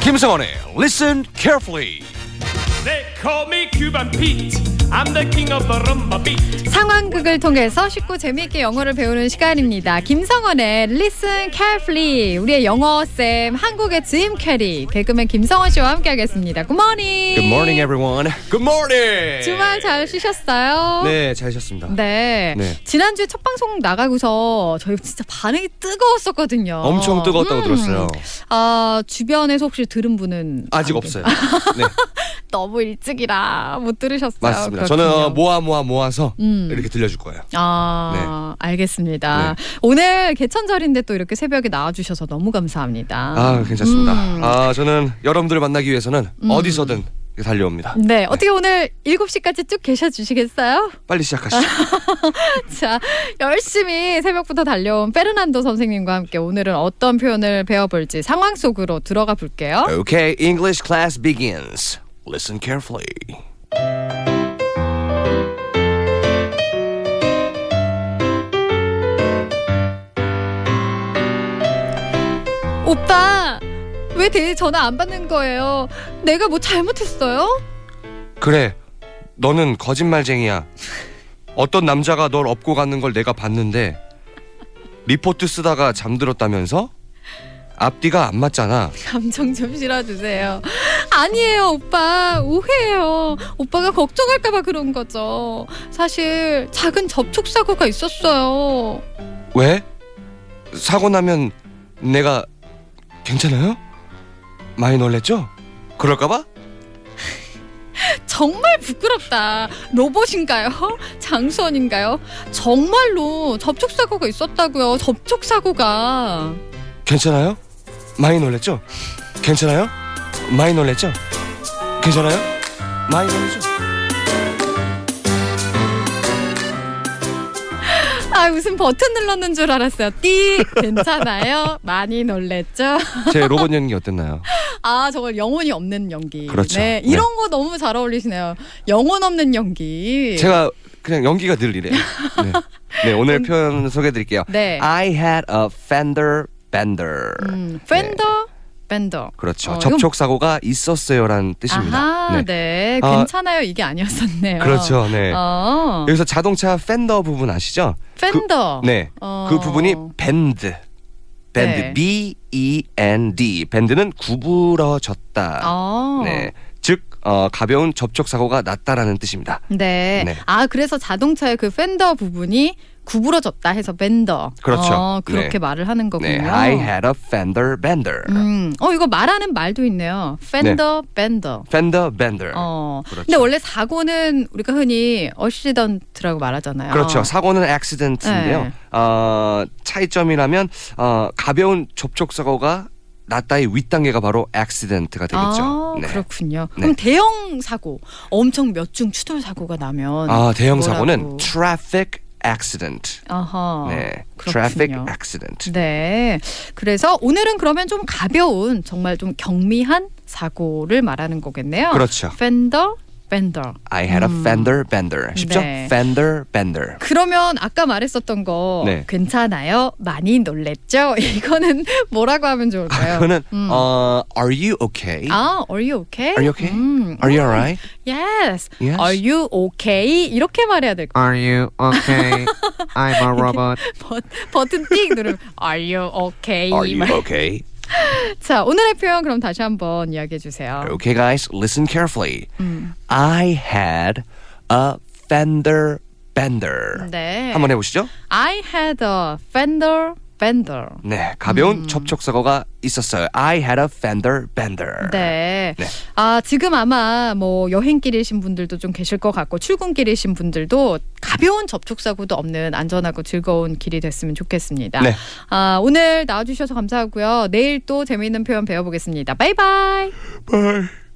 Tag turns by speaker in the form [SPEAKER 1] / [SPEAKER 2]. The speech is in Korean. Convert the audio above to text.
[SPEAKER 1] 김성원의 Listen Carefully.
[SPEAKER 2] They call me Cuban Pete. I'm the king of the rumba beat.
[SPEAKER 3] 상황극을 통해서 쉽고 재미있게 영어를 배우는 시간입니다. 김성원의 Listen Carefully. 우리의 영어쌤, 한국의 짐 캐리, 개그맨 김성원 씨와 함께하겠습니다. 굿모닝.
[SPEAKER 4] Good morning, everyone.
[SPEAKER 1] Good morning.
[SPEAKER 3] 주말 잘 쉬셨어요?
[SPEAKER 4] 네, 잘 쉬었습니다.
[SPEAKER 3] 네.
[SPEAKER 4] 네.
[SPEAKER 3] 지난주에 첫 방송 나가고서 저희 진짜 반응이 뜨거웠었거든요.
[SPEAKER 4] 엄청 뜨거웠다고
[SPEAKER 3] 음.
[SPEAKER 4] 들었어요.
[SPEAKER 3] 아, 주변에서 혹시 들은 분은
[SPEAKER 4] 아직
[SPEAKER 3] 안
[SPEAKER 4] 없어요.
[SPEAKER 3] 계-
[SPEAKER 4] 네,
[SPEAKER 3] 너무 일찍이라 못 들으셨어요.
[SPEAKER 4] 맞습니다.
[SPEAKER 3] 그렇군요.
[SPEAKER 4] 저는 모아 모아 모아서
[SPEAKER 3] 음.
[SPEAKER 4] 이렇게 들려줄 거예요.
[SPEAKER 3] 아, 알겠습니다. 오늘 개천절인데 또 이렇게 새벽에 나와주셔서 너무 감사합니다.
[SPEAKER 4] 아, 괜찮습니다.
[SPEAKER 3] 음.
[SPEAKER 4] 아, 저는 여러분들을 만나기 위해서는 어디서든 달려옵니다.
[SPEAKER 3] 네, 어떻게 오늘 7시까지 쭉 계셔 주시겠어요?
[SPEAKER 4] 빨리 시작하시죠.
[SPEAKER 3] 자, 열심히 새벽부터 달려온 페르난도 선생님과 함께 오늘은 어떤 표현을 배워볼지 상황 속으로 들어가 볼게요.
[SPEAKER 4] Okay, English class begins. Listen carefully.
[SPEAKER 3] 오빠, 왜 대 전화 안 받는 거예요? 내가 뭐 잘못했어요?
[SPEAKER 4] 그래, 너는 거짓말쟁이야. 어떤 남자가 널 업고 가는 걸 내가 봤는데 리포트 쓰다가 잠들었다면서? 앞뒤가 안 맞잖아.
[SPEAKER 3] 감정 좀 실어주세요. 아니에요, 오빠. 오해예요. 오빠가 걱정할까봐 그런 거죠. 사실 작은 접촉사고가 있었어요.
[SPEAKER 4] 왜? 사고 나면 내가 괜찮아요? 많이 놀랬죠? 그럴까봐?
[SPEAKER 3] 정말 부끄럽다. 로봇인가요? 장수원인가요? 정말로 접촉사고가 있었다고요. 접촉사고가.
[SPEAKER 4] 괜찮아요? 많이 놀랬죠? 괜찮아요? 많이 놀랬죠? 괜찮아요? 많이 놀랬죠?
[SPEAKER 3] 아, 무슨 버튼 눌렀는 줄 알았어요. 띠! 괜찮아요? 많이 놀랬죠?
[SPEAKER 4] 제 로봇 연기 어땠나요?
[SPEAKER 3] 아, 저걸 영혼이 없는 연기.
[SPEAKER 4] 그렇죠.
[SPEAKER 3] 네, 이런 거 너무 잘 어울리시네요. 영혼 없는 연기.
[SPEAKER 4] 제가 그냥 연기가 늘 이래요. 네, 네 오늘 표현 소개해드릴게요.
[SPEAKER 3] 음. 네.
[SPEAKER 4] I had a fender bender. 네.
[SPEAKER 3] 음, 팬더 밴더.
[SPEAKER 4] 그렇죠.
[SPEAKER 3] 어,
[SPEAKER 4] 접촉 사고가 있었어요라는
[SPEAKER 3] 이건-
[SPEAKER 4] 뜻입니다.
[SPEAKER 3] 아하,
[SPEAKER 4] 네.
[SPEAKER 3] 네.
[SPEAKER 4] 아,
[SPEAKER 3] 괜찮아요. 이게 아니었었네요.
[SPEAKER 4] 그렇죠. 네.
[SPEAKER 3] 어,
[SPEAKER 4] 여기서 자동차 팬더 부분 아시죠?
[SPEAKER 3] 팬더.
[SPEAKER 4] 그, 네.
[SPEAKER 3] 어.
[SPEAKER 4] 그 부분이 밴드. 밴드
[SPEAKER 3] 네.
[SPEAKER 4] B E N D. 밴드는 구부러졌다.
[SPEAKER 3] 어.
[SPEAKER 4] 네. 즉 어, 가벼운 접촉 사고가 났다라는 뜻입니다.
[SPEAKER 3] 네.
[SPEAKER 4] 네.
[SPEAKER 3] 아, 그래서 자동차의 그 팬더 부분이 구부러졌다 해서 밴더.
[SPEAKER 4] 그렇죠.
[SPEAKER 3] 어, 그렇게
[SPEAKER 4] 네.
[SPEAKER 3] 말을 하는 거군요.
[SPEAKER 4] 네. I had a fender bender.
[SPEAKER 3] 음. 어, 이거 말하는 말도 있네요. 팬더 밴더.
[SPEAKER 4] fender bender.
[SPEAKER 3] 어.
[SPEAKER 4] 그렇죠.
[SPEAKER 3] 근데 원래 사고는 우리가 흔히 어시던트라고 네. 말하잖아요.
[SPEAKER 4] 그렇죠. 사고는 accident인데요. 어, 차이점이라면 어, 가벼운 접촉 사고가 났다의 윗단계가 바로 accident가 되겠죠. 네.
[SPEAKER 3] 아, 그렇군요. 그럼 대형 사고, 엄청 몇 중 추돌 사고가 나면
[SPEAKER 4] 아, 대형 사고는
[SPEAKER 3] 뭐라고?
[SPEAKER 4] traffic accident.
[SPEAKER 3] 아하.
[SPEAKER 4] 네, traffic
[SPEAKER 3] 그렇군요.
[SPEAKER 4] accident.
[SPEAKER 3] 네. 그래서 오늘은 그러면 좀 가벼운, 정말 좀 경미한 사고를 말하는 거겠네요.
[SPEAKER 4] 그렇죠.
[SPEAKER 3] 팬더, 팬더.
[SPEAKER 4] I had a fender bender. 쉽죠?
[SPEAKER 3] 음. 네.
[SPEAKER 4] fender bender.
[SPEAKER 3] 그러면 아까 말했었던 거
[SPEAKER 4] 네.
[SPEAKER 3] 괜찮아요? 많이 놀랬죠? 이거는 뭐라고 하면 좋을까요?
[SPEAKER 4] 아,
[SPEAKER 3] 음.
[SPEAKER 4] 그거는 어, are you okay?
[SPEAKER 3] 아, are you okay?
[SPEAKER 4] Are you okay?
[SPEAKER 3] 음,
[SPEAKER 4] Are you alright?
[SPEAKER 3] yes.
[SPEAKER 4] Yes.
[SPEAKER 3] Are you okay? 이렇게 말해야 될
[SPEAKER 5] Are you okay? I'm a robot.
[SPEAKER 3] 버, 버튼 띡 누르면 Are you okay?
[SPEAKER 4] Are you okay?
[SPEAKER 3] 자 오늘의 표현 그럼 다시 한번 이야기해 주세요.
[SPEAKER 4] Okay, guys, listen carefully. I had a fender bender.
[SPEAKER 3] 네.
[SPEAKER 4] 한번 해보시죠.
[SPEAKER 3] I had a fender bender.
[SPEAKER 4] 네,
[SPEAKER 3] 음.
[SPEAKER 4] 가벼운 접촉 사고가 있었어요. I had a fender bender.
[SPEAKER 3] 네.
[SPEAKER 4] 네.
[SPEAKER 3] 아, 지금 아마 뭐 여행길이신 분들도 좀 계실 것 같고 출근길이신 분들도 가벼운 접촉사고도 없는 안전하고 즐거운 길이 됐으면 좋겠습니다.
[SPEAKER 4] 네.
[SPEAKER 3] 아, 오늘 나와주셔서 감사하고요. 내일 또 재미있는 표현 배워보겠습니다. 바이바이.
[SPEAKER 4] Bye.